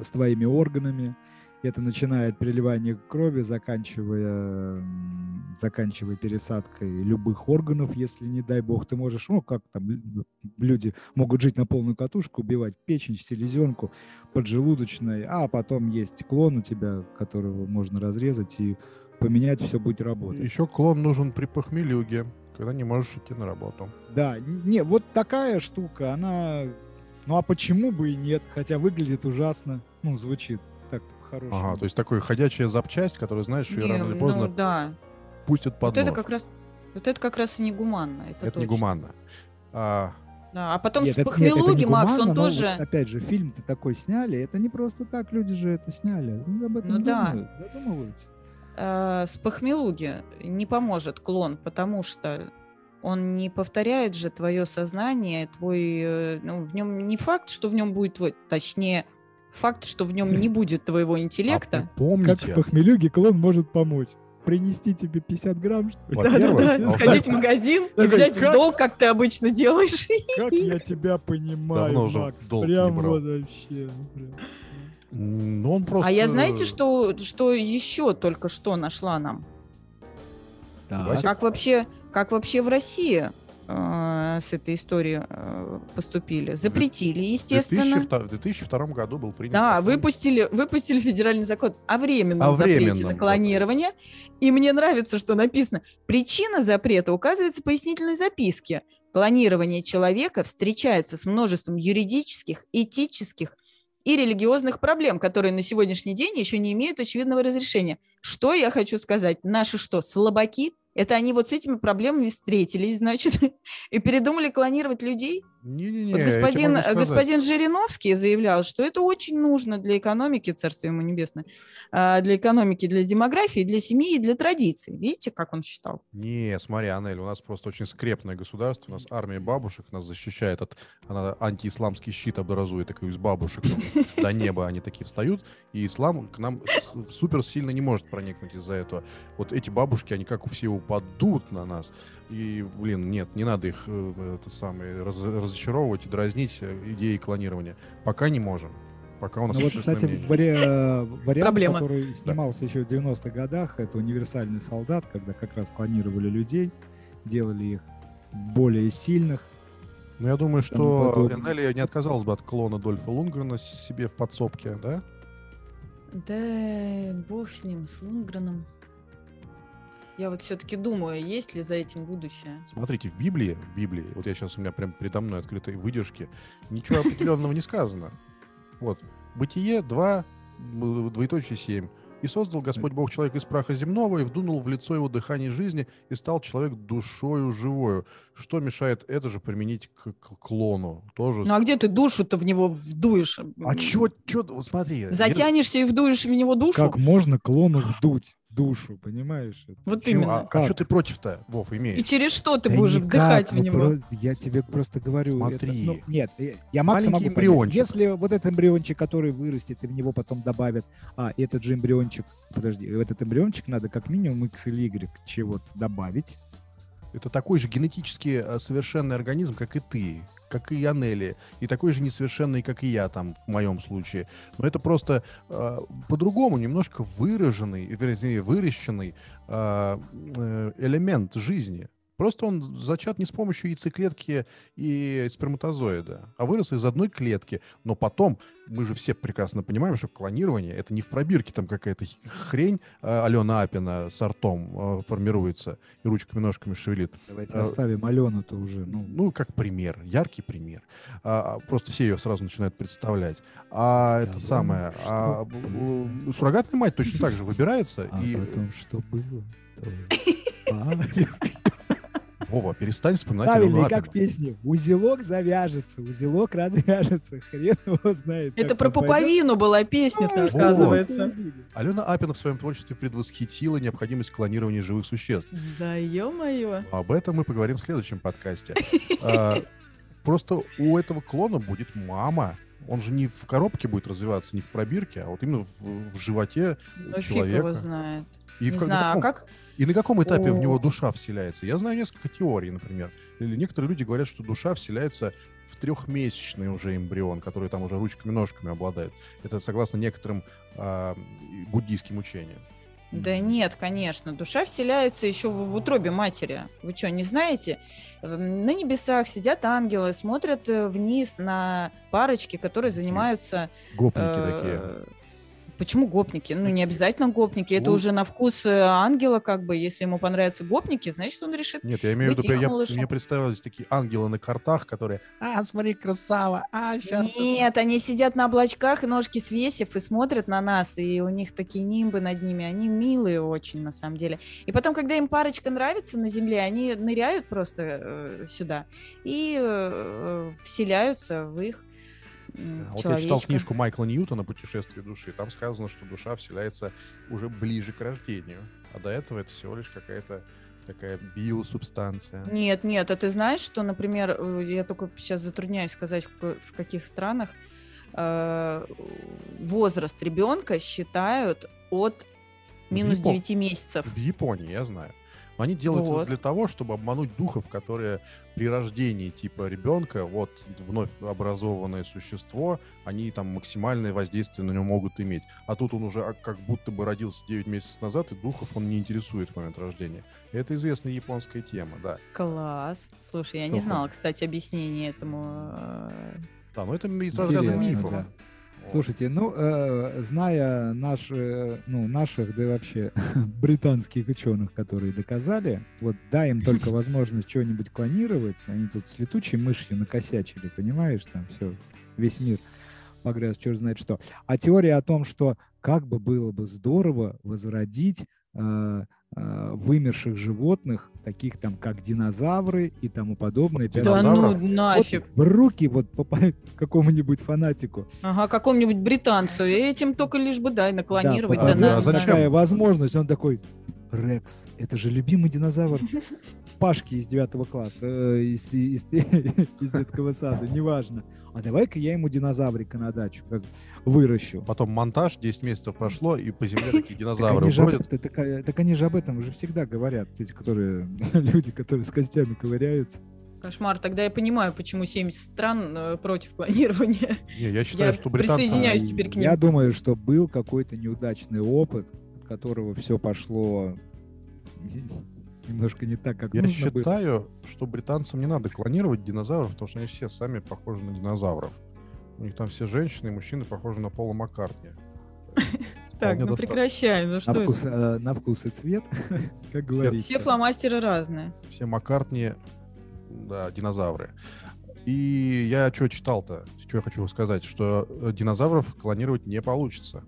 Speaker 3: с твоими органами. Это начинает переливание крови, заканчивая, м, заканчивая пересадкой любых органов, если, не дай бог, ты можешь, ну, как там лю- люди могут жить на полную катушку, убивать печень, селезенку, поджелудочной, а потом есть клон у тебя, которого можно разрезать и поменять, все будет работать.
Speaker 2: Еще клон нужен при похмелюге, когда не можешь идти на работу.
Speaker 3: Да, н- не, вот такая штука, она... Ну а почему бы и нет? Хотя выглядит ужасно, ну, звучит так хорошо.
Speaker 2: Ага, то есть такой ходячая запчасть, которую знаешь, что её
Speaker 1: Не,
Speaker 2: рано или
Speaker 1: ну
Speaker 2: поздно
Speaker 1: да.
Speaker 2: пустят под
Speaker 1: Вот это
Speaker 2: нож.
Speaker 1: как раз, вот это как раз и негуманно. Это,
Speaker 2: Это
Speaker 1: точно.
Speaker 2: не гуманно. А,
Speaker 1: Да, А потом
Speaker 3: Нет,
Speaker 1: с
Speaker 3: это- нет, это
Speaker 1: похмелуги,
Speaker 3: не
Speaker 1: Макс,
Speaker 3: гуманно,
Speaker 1: он
Speaker 3: но вот
Speaker 1: тоже...
Speaker 3: опять же, фильм-то такой сняли, это не просто так, люди же это сняли. Ну, об этом
Speaker 1: Ну да.
Speaker 3: думают, задумываются.
Speaker 1: э, с похмелуги не поможет клон, потому что он не повторяет же твое сознание, твой, э, ну, в нем не факт, что в нем будет твой, точнее, факт, что в нем не будет твоего
Speaker 2: а
Speaker 1: интеллекта.
Speaker 2: вы помните,
Speaker 3: Как с похмелюги клон может помочь? Принести тебе 50 грамм, что ли?
Speaker 2: Да, да, во-первых, да, а во-вторых-
Speaker 1: Сходить в магазин и
Speaker 3: Такой,
Speaker 1: взять в
Speaker 3: как?
Speaker 1: долг, как ты обычно делаешь.
Speaker 3: Как я тебя понимаю,
Speaker 2: Давно уже в
Speaker 3: Макс,
Speaker 2: долг не
Speaker 3: прям
Speaker 2: брал.
Speaker 3: вот вообще. ну, прям.
Speaker 2: М, Ну, он просто...
Speaker 1: А я знаете, что, что еще только что нашла нам? А
Speaker 3: Так.
Speaker 2: Вася-
Speaker 1: Как вообще, как вообще в России э, э, с этой историей э, поступили? Запретили, естественно.
Speaker 2: 2002 В 2002 году был принят
Speaker 1: Да, а
Speaker 2: закон.
Speaker 1: выпустили, выпустили федеральный закон о временном
Speaker 2: О
Speaker 1: запрете
Speaker 2: временном
Speaker 1: на
Speaker 2: законе.
Speaker 1: клонирование. И мне нравится, что написано «Причина запрета указывается в пояснительной записке. Клонирование человека встречается с множеством юридических, этических и религиозных проблем, которые на сегодняшний день еще не имеют очевидного разрешения. Что я хочу сказать? Наши что, слабаки? Это они вот с этими проблемами встретились, значит, [laughs] и передумали клонировать людей?
Speaker 2: Не-не-не,
Speaker 1: Вот
Speaker 2: я тебе
Speaker 1: господин, э,
Speaker 2: могу сказать.
Speaker 1: господин Жириновский заявлял, что это очень нужно для экономики, царство ему небесное, а, для экономики, для демографии, для семьи и для традиций. Видите, как он считал?
Speaker 2: Не, смотри, Анель, у нас просто очень скрепное государство, у нас армия бабушек нас защищает от... Она антиисламский щит образует, такой из бабушек ну, до неба они такие встают, и ислам к нам с- супер сильно не может проникнуть из-за этого. Вот эти бабушки, они как все упадут на нас, и, блин, нет, не надо их э, это самое, раз- разочаровывать и дразнить э, идеей клонирования. Пока не можем. Пока у нас
Speaker 3: Ну вот,
Speaker 2: общественное
Speaker 3: кстати,
Speaker 2: мнение.
Speaker 3: вари- вариант,
Speaker 1: Проблема.
Speaker 3: который снимался еще в 90-х годах, это «Универсальный солдат», когда как раз клонировали людей, делали их более сильных.
Speaker 2: Ну, я думаю,
Speaker 3: тому
Speaker 2: что
Speaker 3: подобное.
Speaker 2: Энелия не отказалась бы от клона Дольфа Лунгрена себе в подсобке, да?
Speaker 1: Да, бог с ним, с Лунгреном. Я вот все-таки думаю, есть ли за этим будущее.
Speaker 2: Смотрите, в Библии, в Библии, вот я сейчас у меня прям передо мной открытые выдержки, ничего [laughs] определенного не сказано. Вот. Бытие 2, м, двоеточие 7. И создал Господь Бог человека из праха земного, и вдунул в лицо его дыхание жизни, и стал человек душою живою. Что мешает это же применить к, к клону? Тоже.
Speaker 1: Ну а где ты душу-то в него вдуешь?
Speaker 2: А чё, чё, вот смотри. я-
Speaker 1: Затянешься и вдуешь в него душу?
Speaker 3: Как можно клону вдуть душу, понимаешь? Это
Speaker 1: Вот
Speaker 3: чё-
Speaker 2: Чё,
Speaker 1: именно.
Speaker 2: а,
Speaker 3: как?
Speaker 2: что ты против-то, Вов,
Speaker 1: И
Speaker 2: имеешь?
Speaker 1: через что ты
Speaker 3: Да
Speaker 1: будешь
Speaker 3: никак,
Speaker 1: вдыхать в
Speaker 3: ну,
Speaker 1: него?
Speaker 3: про- Я тебе просто говорю. это-
Speaker 2: Смотри.
Speaker 3: ну, нет, э, я Макса могу
Speaker 2: Маленький
Speaker 3: понять.
Speaker 2: эмбриончик.
Speaker 3: Если вот этот эмбриончик, который вырастет, и в него потом добавят, а этот же эмбриончик, подожди, в этот эмбриончик надо как минимум X или Y чего-то добавить.
Speaker 2: Это такой же генетически э, совершенный организм, как и ты, как и Анели, и такой же несовершенный, как и я там в моем случае. Но это просто э, по-другому немножко выраженный, вернее, выращенный э, э, элемент жизни. Просто он зачат не с помощью яйцеклетки и сперматозоида, а вырос из одной клетки. Но потом, мы же все прекрасно понимаем, что клонирование — это не в пробирке там какая-то х- хрень э, Алена Апина с ртом э, формируется и ручками-ножками шевелит.
Speaker 3: Давайте
Speaker 2: А-
Speaker 3: оставим Алену-то уже.
Speaker 2: Ну,
Speaker 3: Ну,
Speaker 2: ну, как пример, яркий пример. А, а, просто все ее сразу начинают представлять. А это
Speaker 3: Представляем,
Speaker 2: самое,
Speaker 3: что
Speaker 2: а,
Speaker 3: было.
Speaker 2: б- б- суррогатная мать точно так же выбирается.
Speaker 3: а
Speaker 2: и
Speaker 3: потом что было? то
Speaker 2: Вова, перестань вспоминать Алену
Speaker 3: Правильно, и как в
Speaker 2: Апину.
Speaker 3: песне. Узелок завяжется, узелок развяжется. [laughs] Хрен его знает.
Speaker 1: Это
Speaker 3: как
Speaker 1: про
Speaker 3: он пойдет.
Speaker 1: пуповину была песня-то,
Speaker 2: вот.
Speaker 1: оказывается.
Speaker 2: Алена Апина в своем творчестве предвосхитила необходимость клонирования живых существ.
Speaker 1: Да ё-моё.
Speaker 2: Но Об этом мы поговорим в следующем
Speaker 3: [laughs]
Speaker 2: подкасте. А, Просто у этого клона будет мама. Он же не в коробке будет развиваться, не в пробирке, а вот именно в, в животе.
Speaker 1: Ну, фиг его
Speaker 2: человека.
Speaker 1: знает.
Speaker 2: И
Speaker 1: Не
Speaker 2: в как- ну, на
Speaker 1: знаю, а
Speaker 2: каком
Speaker 1: как?
Speaker 2: И на каком этапе в
Speaker 1: О.
Speaker 2: него душа вселяется? Я знаю несколько теорий, например. Или некоторые люди говорят, что душа вселяется в трехмесячный уже эмбрион, который там уже ручками-ножками обладает. Это согласно некоторым а, и буддийским учениям.
Speaker 1: Да нет, конечно. Душа вселяется еще в, в утробе матери. Вы что, не знаете? Эм, На небесах сидят ангелы, смотрят э, вниз на парочки, которые занимаются...
Speaker 2: Гопники такие.
Speaker 1: э, Почему гопники? Ну, не обязательно гопники. Это
Speaker 2: Ну.
Speaker 1: уже на вкус э, ангела, как бы. Если ему понравятся гопники, значит, он решит...
Speaker 2: Нет, я имею в виду,
Speaker 1: быть их
Speaker 2: я-
Speaker 1: малышом.
Speaker 2: мне представились такие ангелы на картах, которые «А, смотри, красава! А, сейчас...»
Speaker 1: Нет, они сидят на облачках, ножки свесив, и смотрят на нас, и у них такие нимбы над ними, они милые очень, на самом деле. И потом, когда им парочка нравится на земле, они ныряют просто э, сюда и э, вселяются в их м,
Speaker 2: э, А, Вот я читал
Speaker 1: человечка.
Speaker 2: книжку Майкла Ньютона «Путешествие души». Там сказано, что душа вселяется уже ближе к рождению. А до этого это всего лишь какая-то такая биосубстанция.
Speaker 1: Нет, нет, а ты знаешь, что, например, э, я только сейчас затрудняюсь сказать, в ка- в каких странах э, возраст ребенка считают от минус
Speaker 2: Япон-
Speaker 1: 9 месяцев.
Speaker 2: В Японии, я знаю. Но они делают это
Speaker 1: Ну Вот.
Speaker 2: для того, чтобы обмануть духов, которые при рождении типа ребенка, вот вновь образованное существо, они там максимальное воздействие на него могут иметь. А тут он уже а, как будто бы родился 9 месяцев назад, и духов он не интересует в момент рождения. Это известная японская тема, да.
Speaker 1: Класс. Слушай, я не
Speaker 2: Супер.
Speaker 1: знала, кстати, объяснение этому. э,
Speaker 2: Да, но это из разряда
Speaker 3: Интересно,
Speaker 2: мифов.
Speaker 3: да.
Speaker 2: Вот.
Speaker 3: Слушайте, ну, э, зная наш, э, ну, наших, да и вообще [laughs] британских ученых, которые доказали, вот дай
Speaker 2: [laughs]
Speaker 3: им только возможность чего-нибудь клонировать, они тут с летучей мышью накосячили, понимаешь, там все, весь мир погряз, черт знает что. А теория о том, что как бы было бы здорово возродить э, э, вымерших животных, таких там, как динозавры и тому подобное.
Speaker 1: Да ну
Speaker 2: Динозавров?
Speaker 3: Вот
Speaker 1: нафиг.
Speaker 3: в руки вот попадет какому-нибудь фанатику.
Speaker 1: Ага, какому-нибудь британцу. И Этим только лишь бы, дай, наклонировать до
Speaker 2: да, да,
Speaker 1: нас.
Speaker 2: да.
Speaker 1: да.
Speaker 2: зачем?
Speaker 3: а, такая возможность. Он такой, Рекс, это же любимый динозавр Пашки из девятого класса, э, из, из- [laughs] из детского сада, неважно. А давай-ка я ему динозаврика на дачу как выращу.
Speaker 2: Потом монтаж, 10 месяцев прошло, и по земле такие
Speaker 3: [laughs] Так
Speaker 2: динозавры
Speaker 3: они, же об,
Speaker 2: бродят.
Speaker 3: это- так, э, так они же об этом уже всегда говорят, эти, которые [laughs] люди, которые с костями ковыряются.
Speaker 1: Кошмар. Тогда я понимаю, почему 70 стран э, против [laughs] клонирования.
Speaker 2: Не, я считаю,
Speaker 1: Я
Speaker 2: что британцы...
Speaker 1: присоединяюсь теперь к ним.
Speaker 3: А Я думаю, что был какой-то неудачный опыт, от которого все пошло [laughs] немножко не так, как
Speaker 2: Я
Speaker 3: нужно было.
Speaker 2: считаю, что британцам не надо клонировать динозавров, потому что они все сами похожи на динозавров. У них там все женщины и мужчины похожи на Пола Маккартни.
Speaker 1: Так,
Speaker 2: Вполне
Speaker 1: ну
Speaker 2: достаточно.
Speaker 1: прекращай. Ну что
Speaker 3: на,
Speaker 1: это?
Speaker 3: вкус, э, на вкус и цвет, [laughs] как говорится.
Speaker 2: э,
Speaker 1: Все фломастеры разные.
Speaker 2: Все Маккартни, да, динозавры. И я что читал-то? Что я хочу сказать? Что э, динозавров клонировать не получится.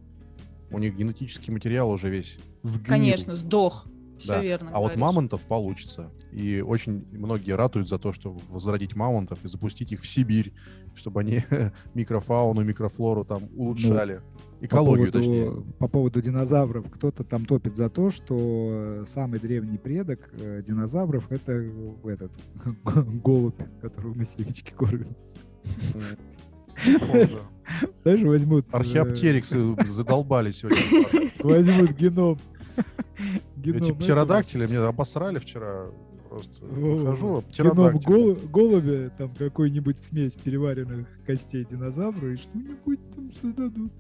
Speaker 2: У них генетический материал уже весь сгнил.
Speaker 1: Конечно, сдох.
Speaker 2: Да.
Speaker 1: Все верно.
Speaker 2: А вот
Speaker 1: говоришь.
Speaker 2: мамонтов получится. И очень многие ратуют за то, чтобы возродить мамонтов и запустить их в Сибирь, чтобы они [laughs] микрофауну, микрофлору там улучшали. Экологию,
Speaker 3: Ну, по
Speaker 2: точнее.
Speaker 3: [laughs] поводу, по поводу динозавров. Кто-то там топит за то, что самый древний предок э, динозавров — это э, этот [laughs] голубь, которого мы семечки кормим.
Speaker 2: Он же.
Speaker 3: Даже возьмут... э,
Speaker 2: Археоптериксы задолбали
Speaker 3: [laughs]
Speaker 2: сегодня.
Speaker 3: Возьмут [laughs] геном. Геном
Speaker 2: Эти
Speaker 3: этого.
Speaker 2: птеродактили меня обосрали вчера. Просто
Speaker 3: Во-во-во.
Speaker 2: хожу, а
Speaker 3: Геном
Speaker 2: птеродактили.
Speaker 3: гол- голубя, там какой-нибудь смесь переваренных костей динозавра и что-нибудь там создадут.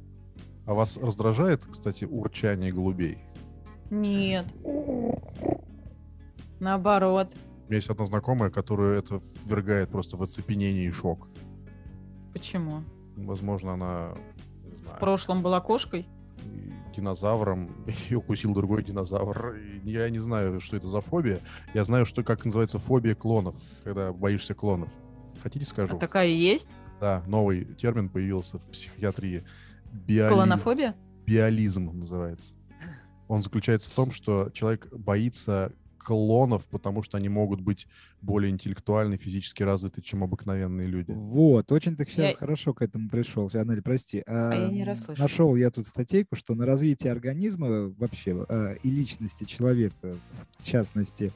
Speaker 2: А вас раздражает, кстати, урчание голубей?
Speaker 1: Нет. Наоборот.
Speaker 2: У меня есть одна знакомая, которую это ввергает просто в оцепенение и шок.
Speaker 1: Почему?
Speaker 2: Возможно, она... не
Speaker 1: В
Speaker 2: знаю,
Speaker 1: прошлом была кошкой?
Speaker 2: и динозавром, [laughs] ее укусил другой динозавр. И Я не знаю, что это за фобия. Я знаю, что как называется фобия клонов, когда боишься клонов. Хотите
Speaker 1: А
Speaker 2: скажу?
Speaker 1: такая и есть?
Speaker 2: Да, новый термин появился в психиатрии. Биоли-
Speaker 1: Колонофобия?
Speaker 2: Биолизм называется. Он заключается в том, что человек боится клонов, потому что они могут быть более интеллектуально и физически развиты, чем обыкновенные люди.
Speaker 3: Вот, очень так сейчас
Speaker 1: Я-
Speaker 3: хорошо к этому пришел. Анель, прости. А
Speaker 1: я не расслышала.
Speaker 3: Нашел я тут статейку, что на развитие организма вообще э, и личности человека, в частности,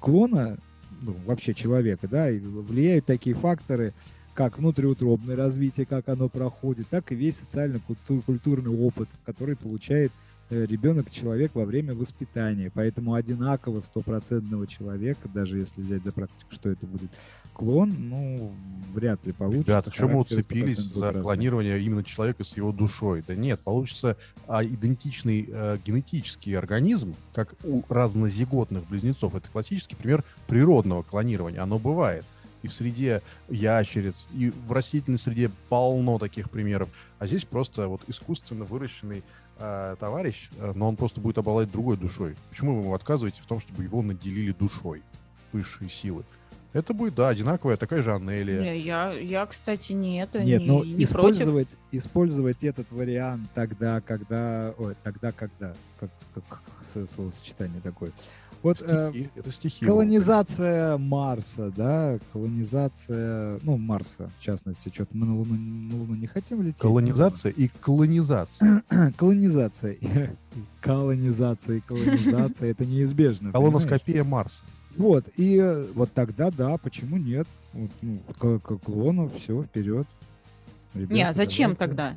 Speaker 3: клона, ну, вообще человека, да, и влияют такие факторы, как внутриутробное развитие, как оно проходит, так и весь социально-культурный опыт, который получает ребенок-человек во время воспитания. Поэтому одинаково стопроцентного человека, даже если взять за практику, что это будет клон, ну, вряд ли получится.
Speaker 2: Ребята, чем мы
Speaker 3: Характеры
Speaker 2: уцепились
Speaker 3: 100%
Speaker 2: за
Speaker 3: разные.
Speaker 2: клонирование именно человека с его душой? Да нет, получится а, идентичный э, генетический организм, как у разнозиготных близнецов. Это классический пример природного клонирования. Оно бывает и в среде ящериц, и в растительной среде полно таких примеров. А здесь просто вот искусственно выращенный э, товарищ, э, но он просто будет обладать другой душой. Почему вы ему отказываете в том, чтобы его наделили душой высшие силы? Это будет, да, одинаковая такая же Анелия.
Speaker 1: Не, я, я, кстати, не это,
Speaker 3: Нет,
Speaker 1: не,
Speaker 3: ну
Speaker 1: не против.
Speaker 3: использовать, использовать этот вариант тогда, когда, ой, тогда, когда, как, как- как со- словосочетание такое. Вот э,
Speaker 2: Стихи, это стихи.
Speaker 3: колонизация Марса, да, колонизация, ну Марса в частности, что-то мы на Луну, на Луну не хотим лететь.
Speaker 2: Колонизация и колонизация.
Speaker 3: колонизация, [laughs] колонизация, и колонизация, это неизбежно. понимаешь?
Speaker 2: Колоноскопия Марса.
Speaker 3: Вот и э, вот тогда, да, почему нет? Вот, ну, к, к клону все вперед.
Speaker 1: Не, а зачем тогда?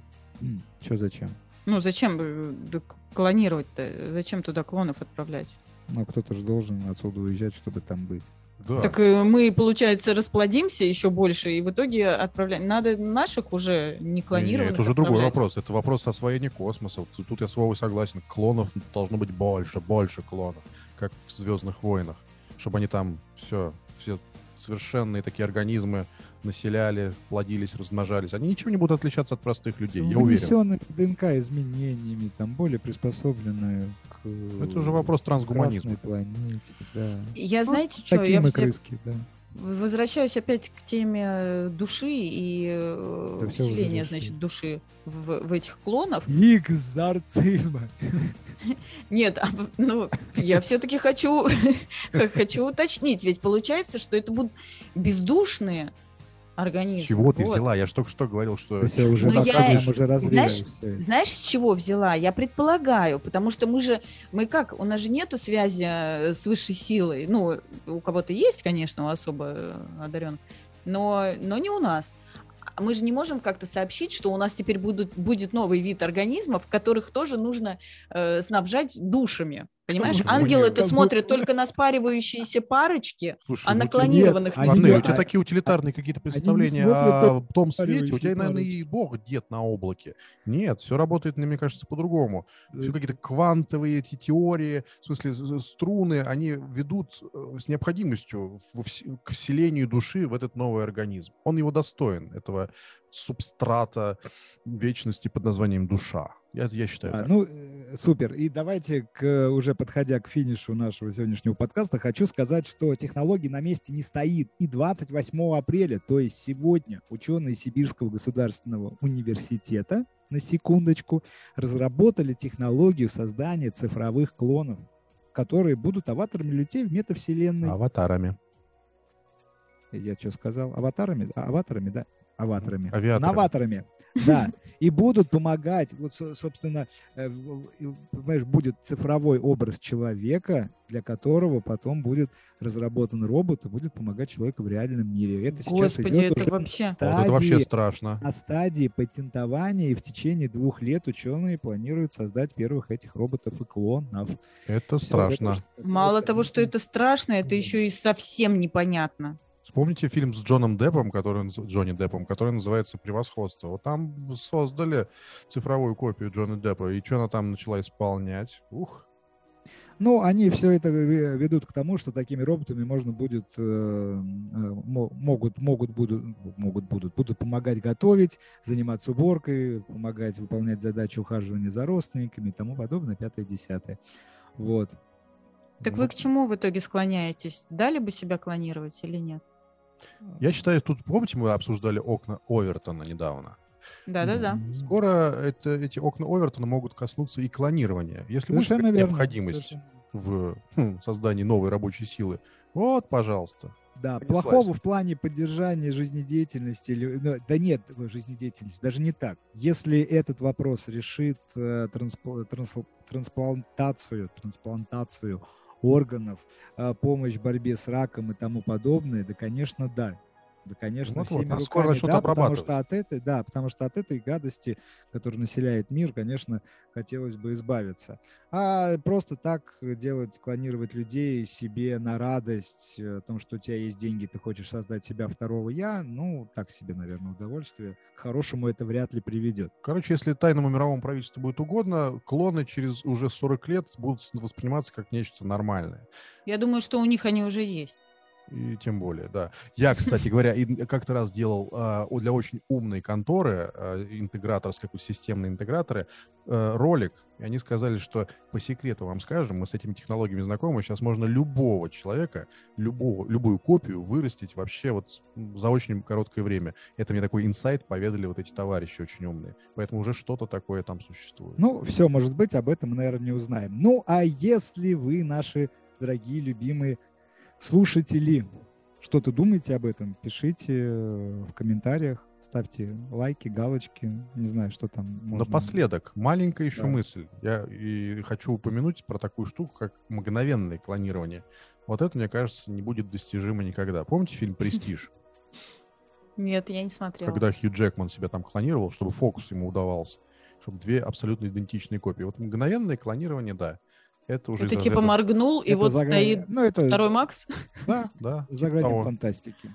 Speaker 3: Что зачем?
Speaker 1: Ну, зачем э, да к- клонировать-то? Зачем туда клонов отправлять?
Speaker 3: Но а кто-то же должен отсюда уезжать, чтобы там быть.
Speaker 2: Да.
Speaker 1: Так э, мы, получается, расплодимся еще больше, и в итоге отправляем. Надо наших уже не клонированных.
Speaker 2: это уже другой
Speaker 1: отправлять.
Speaker 2: вопрос. Это вопрос освоения космоса. Тут, тут я с Вовой согласен. Клонов должно быть больше, больше клонов, как в Звездных войнах. Чтобы они там все, все совершенные такие организмы населяли, плодились, размножались. Они ничем не будут отличаться от простых людей, я уверен.
Speaker 3: Внесенными ДНК изменениями, там более приспособленные к э,
Speaker 2: Это уже вопрос
Speaker 3: красной
Speaker 2: трансгуманизма.
Speaker 3: планете, да.
Speaker 1: Я, знаете, что,
Speaker 3: Такие
Speaker 1: я,
Speaker 3: мы
Speaker 1: я
Speaker 3: крыски, да.
Speaker 1: возвращаюсь опять к теме э, души и э,
Speaker 3: Да всё уже
Speaker 1: вселения,
Speaker 3: решили.
Speaker 1: значит, души в, в этих клонов.
Speaker 3: Экзорцизма.
Speaker 1: Нет, а, ну, я все-таки хочу, [laughs] хочу уточнить, ведь получается, что это будут бездушные организмы.
Speaker 2: Чего ты
Speaker 1: Вот.
Speaker 2: взяла? Я же только что говорил, что...
Speaker 3: Всё, уже
Speaker 1: Ну, я-
Speaker 3: подсказываем, уже развеяли
Speaker 1: знаешь,
Speaker 3: всё это.
Speaker 1: Знаешь, с чего взяла? Я предполагаю, потому что мы же, мы как, у нас же нету связи э, с высшей силой. Ну, у кого-то есть, конечно, у особо э, одаренных, но, но не у нас. А Мы же не можем как-то сообщить, что у нас теперь будут, будет новый вид организмов, которых тоже нужно э, снабжать душами. Понимаешь,
Speaker 2: Почему
Speaker 1: ангелы-то
Speaker 3: нет?
Speaker 1: смотрят только на спаривающиеся парочки,
Speaker 2: Слушай,
Speaker 1: а
Speaker 2: ну
Speaker 1: на
Speaker 2: ты-
Speaker 1: клонированных
Speaker 3: они-
Speaker 1: нет.
Speaker 2: Пацаны,
Speaker 3: не-
Speaker 2: у тебя
Speaker 3: а-
Speaker 2: такие утилитарные какие-то
Speaker 3: не
Speaker 2: представления
Speaker 3: смотрят
Speaker 2: о том свете. У тебя,
Speaker 3: паливающие
Speaker 2: наверное, и бог дед на облаке. Нет, все работает, мне кажется, по-другому.
Speaker 3: Э,
Speaker 2: Все какие-то квантовые эти теории, в смысле с- с- струны, они ведут э, с необходимостью во вс- к вселению души в этот новый организм. Он его достоин, этого субстрата вечности под названием душа. Я, я считаю
Speaker 3: А,
Speaker 2: так.
Speaker 3: ну, э, супер. И давайте, к, э, уже подходя к финишу нашего сегодняшнего подкаста, хочу сказать, что технологии на месте не стоит. И 28 апреля, то есть сегодня, ученые Сибирского государственного университета, на секундочку, разработали технологию создания цифровых клонов, которые будут аватарами людей в метавселенной.
Speaker 2: Аватарами.
Speaker 3: Я что сказал? Аватарами? А, аватарами, да? Аватарами.
Speaker 2: Авиаторами.
Speaker 3: Новаторами. Да. И будут помогать. Вот, со- собственно, э, в- в- понимаешь, будет цифровой образ человека, для которого потом будет разработан робот и будет помогать человеку в реальном мире. Это сейчас
Speaker 1: Господи,
Speaker 3: идет
Speaker 1: это
Speaker 3: уже на
Speaker 1: вообще...
Speaker 2: Вот это вообще
Speaker 3: стадии-
Speaker 2: страшно.
Speaker 3: на стадии патентования, и в течение двух лет ученые планируют создать первых этих роботов и клонов.
Speaker 2: Это
Speaker 3: Всё, вот это
Speaker 2: Ну, страшно.
Speaker 3: что касается
Speaker 1: Мало того, что это страшно, это
Speaker 3: Мгм.
Speaker 1: еще и совсем непонятно.
Speaker 2: Вспомните фильм с Джоном Деппом, который, наз- Джонни Деппом, который называется «Превосходство». Вот там создали цифровую копию Джона Деппа, и что она там начала исполнять? Ух,
Speaker 3: Ну, они все это ве- ведут к тому, что такими роботами можно будет, э, м, э, мо- могут, могут, будут, могут, будут, будут помогать готовить, заниматься уборкой, помогать выполнять задачи ухаживания за родственниками и тому подобное, пятое, десятое. Вот.
Speaker 1: Так
Speaker 2: Ну,
Speaker 1: вы к чему в итоге склоняетесь? Дали бы себя клонировать или нет?
Speaker 2: Я считаю, тут, помните, мы обсуждали окна Овертона недавно?
Speaker 1: Да-да-да.
Speaker 2: Скоро это, эти окна Овертона могут коснуться и клонирования. Если будет
Speaker 3: Совершенно
Speaker 2: какая-то
Speaker 3: верно.
Speaker 2: необходимость
Speaker 3: Совершенно.
Speaker 2: в хм, создании новой рабочей силы, вот, пожалуйста.
Speaker 3: Да,
Speaker 2: Понеслась.
Speaker 3: плохого в плане поддержания жизнедеятельности, или- ну, да нет, э, жизнедеятельности, даже не так. Если этот вопрос решит э, трансп- трансл- трансплантацию, трансплантацию органов, э, помощь в борьбе с раком и тому подобное, да, конечно, да. Да, конечно,
Speaker 2: Вот-вот,
Speaker 3: всеми
Speaker 2: нас Ну а скоро
Speaker 3: руками,
Speaker 2: начнут
Speaker 3: да, потому
Speaker 2: обрабатывать.
Speaker 3: что от этой, да, потому что от этой гадости, которая населяет мир, конечно, хотелось бы избавиться. А просто так делать, клонировать людей себе на радость, э, о том, что у тебя есть деньги, ты хочешь создать себя второго я, ну, так себе, наверное, удовольствие. К хорошему это вряд ли приведет.
Speaker 2: Короче, если тайному мировому правительству будет угодно, клоны через уже 40 лет будут восприниматься как нечто нормальное.
Speaker 1: Я думаю, что у них они уже есть.
Speaker 2: И тем более, да. Я, кстати говоря, и как-то раз делал а, о- для очень умной конторы, а, интеграторской, какой системные интеграторы, э, ролик. И они сказали, что по секрету вам скажем, мы с этими технологиями знакомы, сейчас можно любого человека, любого, любую копию вырастить вообще вот с- м, за очень короткое время. Это мне такой инсайт поведали вот эти товарищи очень умные. Поэтому уже что-то такое там существует.
Speaker 3: Ну, все может быть, об этом мы, наверное, не узнаем. Ну, а если вы, наши дорогие, любимые слушатели, что-то думаете об этом, пишите э, в комментариях, ставьте лайки, галочки, не знаю, что там. можно.
Speaker 2: Напоследок, маленькая еще
Speaker 3: Да.
Speaker 2: мысль. Я и хочу упомянуть про такую штуку, как мгновенное клонирование. Вот это, мне кажется, не будет достижимо никогда. Помните
Speaker 1: [laughs]
Speaker 2: фильм «Престиж»,
Speaker 1: Нет, я не смотрела.
Speaker 2: когда Хью Джекман себя там клонировал, чтобы фокус ему удавался, чтобы две абсолютно идентичные копии. Вот мгновенное клонирование, да, Это уже
Speaker 1: Это э,
Speaker 2: из
Speaker 1: типа
Speaker 2: разряда-
Speaker 1: моргнул, и
Speaker 3: Это
Speaker 1: вот
Speaker 3: загра-
Speaker 1: стоит
Speaker 3: ну, это
Speaker 1: второй Макс.
Speaker 2: Да, да.
Speaker 3: за гранью
Speaker 2: того.
Speaker 3: фантастики.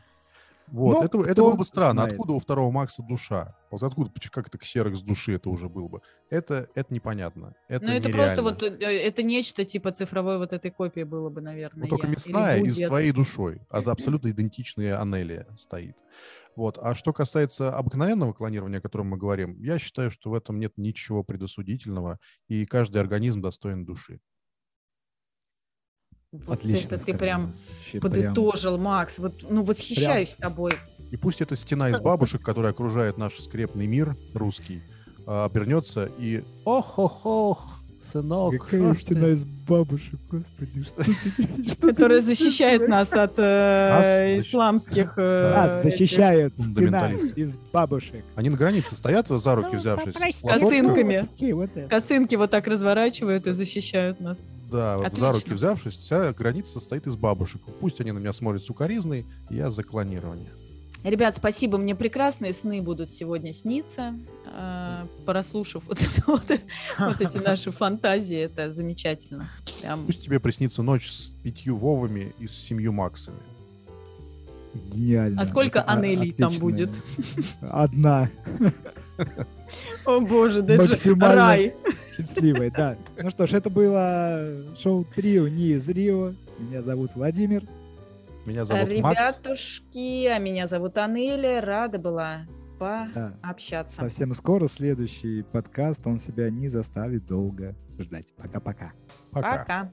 Speaker 2: Вот,
Speaker 3: Ну,
Speaker 2: это, это
Speaker 3: кто
Speaker 2: было бы странно.
Speaker 3: знает.
Speaker 2: Откуда у второго Макса душа? Вот откуда, поч- как это ксерокс души это уже был бы? Это, это непонятно. Это
Speaker 1: Ну, это
Speaker 2: нереально.
Speaker 1: просто вот, э, это нечто типа цифровой вот этой копии было бы, наверное.
Speaker 2: Вот только
Speaker 1: я. Или
Speaker 2: мясная и с
Speaker 1: будет. [laughs]
Speaker 2: твоей душой. Это абсолютно идентичная анелия стоит. Вот. А что касается обыкновенного клонирования, о котором мы говорим, я считаю, что в этом нет ничего предосудительного, и каждый организм достоин души.
Speaker 1: Вот
Speaker 3: Отлично.
Speaker 1: это ты
Speaker 3: сказано.
Speaker 1: прям
Speaker 3: Вообще
Speaker 1: подытожил, Макс. Вот, ну, восхищаюсь тобой.
Speaker 2: И пусть эта стена из бабушек, которая окружает наш скрепный мир русский, а, обернется и
Speaker 4: Ох-ох-ох, сынок,
Speaker 3: Какая
Speaker 4: шо ж ты?
Speaker 3: стена из бабушек, господи, что ты- [laughs] что ты
Speaker 1: [laughs] Которая
Speaker 3: несешь,
Speaker 1: защищает
Speaker 3: блядь?
Speaker 1: нас от э,
Speaker 2: Нас защищ-
Speaker 1: исламских... э,
Speaker 3: Нас
Speaker 1: этих-
Speaker 3: А, защищает стена
Speaker 2: Фундаменталисты.
Speaker 3: из бабушек.
Speaker 2: Они на границе стоят за руки, взявшись. с платочком.
Speaker 1: Косынками.
Speaker 3: Такие вот это.
Speaker 1: Косынки вот так разворачивают и защищают нас.
Speaker 2: Да, вот
Speaker 1: Отлично.
Speaker 2: за руки взявшись, вся граница состоит из бабушек. Пусть они на меня смотрят сукоризной, я за клонирование.
Speaker 1: Ребят, спасибо, мне прекрасные сны будут сегодня сниться, Э, прослушав вот, это вот, вот эти наши фантазии, это замечательно. Прям
Speaker 2: Пусть тебе приснится ночь с пятью Вовами и с семью Максами.
Speaker 3: Гениально.
Speaker 1: А сколько
Speaker 3: Это, а,
Speaker 1: анелий там
Speaker 3: отличная.
Speaker 1: будет?
Speaker 3: Одна.
Speaker 1: О боже, да это же
Speaker 3: Максимально.
Speaker 1: рай.
Speaker 3: Счастливая, да. Ну что ж, это было шоу «Трио не из Рио». Меня зовут Владимир.
Speaker 2: Меня зовут Макс.
Speaker 1: Ребятушки, а меня зовут Анеля, рада была
Speaker 3: Да,
Speaker 1: пообщаться.
Speaker 3: совсем скоро следующий подкаст, он себя не заставит долго ждать. Пока-пока.
Speaker 2: Пока.
Speaker 1: Пока.